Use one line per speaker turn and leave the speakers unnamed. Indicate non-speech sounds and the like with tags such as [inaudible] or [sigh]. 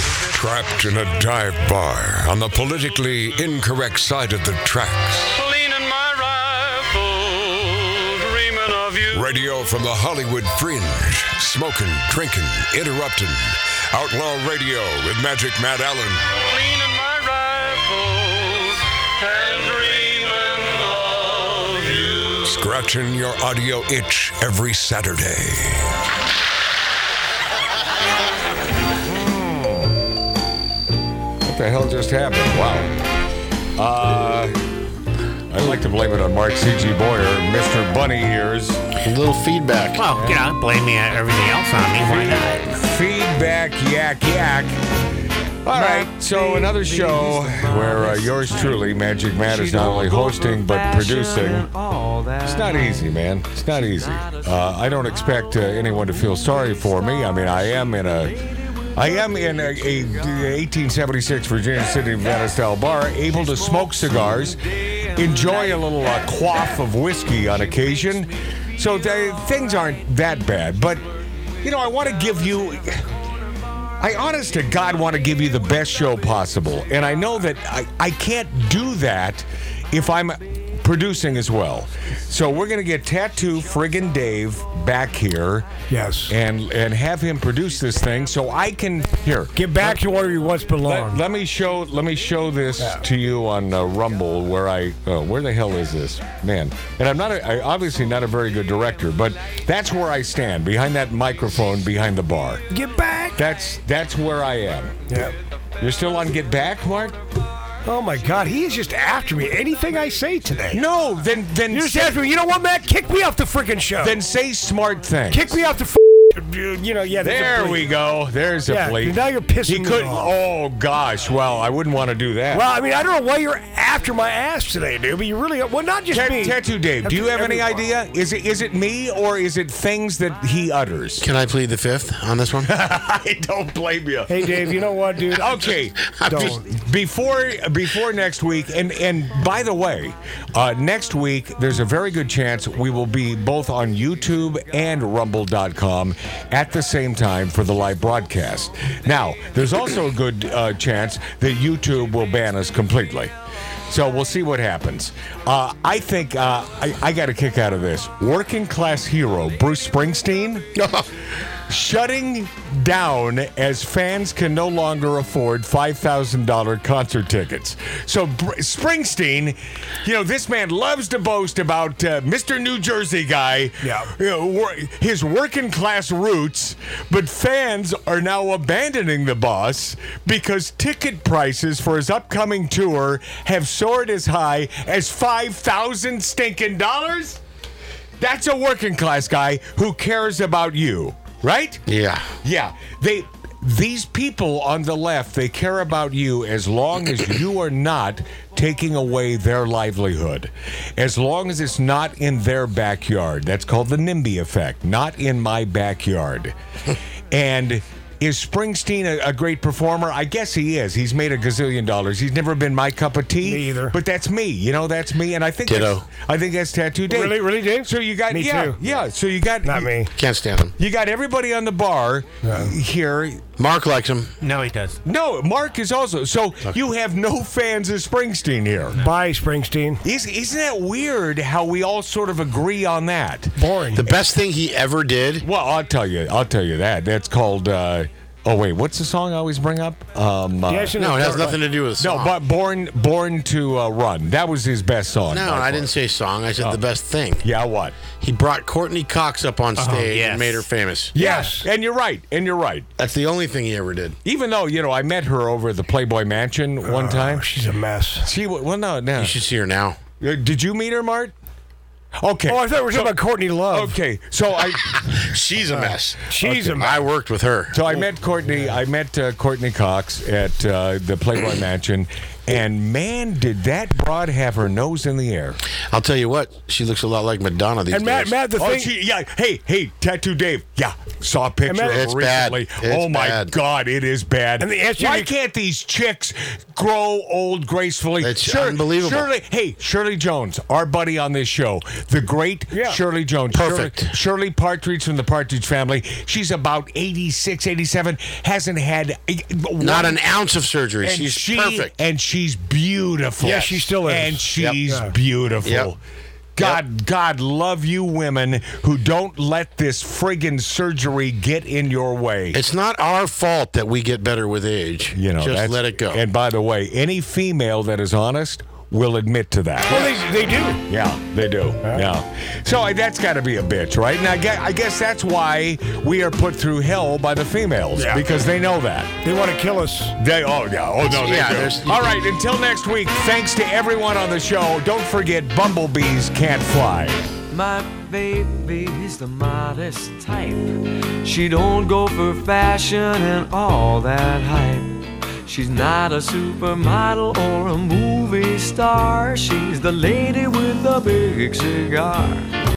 Trapped in a dive bar on the politically incorrect side of the tracks.
Leaning my rifle, dreaming of you.
Radio from the Hollywood fringe. Smoking, drinking, interrupting. Outlaw Radio with Magic Matt Allen.
Leaning my rifle and dreaming of you.
Scratching your audio itch every Saturday. What the hell just happened? Wow. Uh, I'd like to blame it on Mark C.G. Boyer, Mr. Bunny Ears.
A little feedback.
Well, you know, blame me uh, everything else on me. Why not?
Feedback, yak, yak. All right, so another show where uh, yours truly, Magic Matt, is not only hosting but producing. It's not easy, man. It's not easy. Uh, I don't expect uh, anyone to feel sorry for me. I mean, I am in a, I am in a, a 1876 Virginia City Nevada style bar, able to smoke cigars, enjoy a little uh, quaff of whiskey on occasion. So th- things aren't that bad. But you know, I want to give you. I honest to God want to give you the best show possible. And I know that I, I can't do that if I'm producing as well. So we're going to get Tattoo Friggin' Dave back here.
Yes.
And and have him produce this thing so I can here.
Get back to where you once
Let,
belonged.
let me show let me show this to you on uh, Rumble where I oh, where the hell is this man and I'm not a, I, obviously not a very good director but that's where I stand behind that microphone behind the bar
Get back.
that's that's where I am
Yeah.
you're still on Get Back Mark
Oh my God, he is just after me. Anything I say today.
no then then
You're just
say,
after me. You know what, Matt? Kick me off the freaking show.
then say smart things
kick me off the. F- you know, yeah. there's a
there
bleep.
we go there's a
Yeah,
bleep
now you're pissing
he
me
couldn't
off.
oh gosh well I wouldn't want to do that
Well, I mean, I don't know why you're after my ass today, dude. But you really, well, not just
Ta-
me.
Tattoo Dave, do you have any
Everyone.
idea? Is it is it me or is it things that he utters?
Can I plead the fifth on this one?
[laughs] I don't blame you.
Hey, Dave. You know what, dude? Oh,
Okay,
Don't.
before before next week, and and by the way, uh, next week there's a very good chance we will be both on YouTube and Rumble.com at the same time for the live broadcast. Now, there's also a good uh, chance that YouTube will ban us completely. So we'll see what happens. Uh, I think uh, I, I got a kick out of this. Working class hero Bruce Springsteen shutting down as fans can no longer afford $5,000 concert tickets. So Br- Springsteen, you know, this man loves to boast about uh, Mr. New Jersey guy,
Yeah.
you know, wor- his working class roots, but fans are now abandoning the boss because ticket prices for his upcoming tour have soared as high as 5,000 stinking dollars. That's a working class guy who cares about you, right?
yeah.
Yeah. They these people on the left, they care about you as long as you are not taking away their livelihood. As long as it's not in their backyard. That's called the NIMBY effect, not in my backyard. and is Springsteen a, a great performer? I guess he is. He's made a gazillion dollars. He's never been my cup of tea.
Me either.
But that's me. You know, that's me. And I think
Ditto.
that's- I think that's tattoo Dave.
Really? Really, Dave?
So you got
Me
yeah,
too.
yeah. So you got
Not me.
Can't stand him.
you got everybody on the bar here.
Mark likes him.
No, he does.
No, Mark is also. So you have no fans of Springsteen here.
Bye, Springsteen.
Is, isn't that weird how we all sort of agree on that?
Boring.
The best thing he ever did.
Well, I'll tell you. I'll tell you that. That's called. Uh, oh wait, what's the song I always bring up? Um, uh,
Yes, and
No, it
it's
has
not
nothing to do with the
no,
song.
but born born to uh, run. That was his best song.
no,
by
I
far.
didn't say song. I said the best thing.
Yeah, what?
He brought Courtney Cox up on stage
yes.
and made her famous.
Yes.
And you're right. And you're right.
That's the only thing he ever did.
Even though you know I met her over at the Playboy Mansion one
Oh,
time.
she's a mess.
She wa- well no no.
You should see her now.
Uh, Did you meet her, Mart? Okay.
Oh, I thought we were talking about Courtney Love.
Okay, so I
She's a mess.
She's a mess.
I worked with her.
so I met Courtney. I met uh, Courtney Cox at uh, the Playboy Mansion, And man, did that broad have her nose in the air.
I'll tell you what, she looks a lot like Madonna these
And Matt,
days.
Matt, the
oh,
thing.
she- yeah. Hey, hey, Tattoo Dave. Yeah, saw a picture
Imagine-
of
It's
her
bad.
recently.
It's
oh my
bad.
God, it is bad.
And the answer
Why
you-
can't these chicks grow old gracefully?
It's
Shir-
unbelievable.
Shirley, hey, Shirley Jones, our buddy on this show, the great
Yeah.
Shirley Jones.
Perfect.
Shirley, Shirley Partridge from the Partridge family. She's about 86, 87, hasn't had
Not an ounce of surgery.
and
She's
she,
perfect.
And she's beautiful.
Yeah, she still is.
And
Yep.
she's
Yeah.
beautiful.
Yep.
God, God love you women who don't let this friggin' surgery get in your way.
It's not our fault that we get better with age.
you know,
just
that's-
let it go.
And by the way, any female that is honest will admit to that.
well, they, they do.
Yeah, they do. Yeah. So I, that's got to be a bitch, right? And I guess, I guess that's why we are put through hell by the females
Yeah.
because they know that.
They want to kill us.
They, oh, yeah. Oh, no, they
Yeah, there's-
do. All right, until next week, thanks to everyone on the show. Don't forget, bumblebees can't fly.
My baby's the modest type. She don't go for fashion and all that hype. She's not a supermodel or a movie star. She's the lady with the big cigar.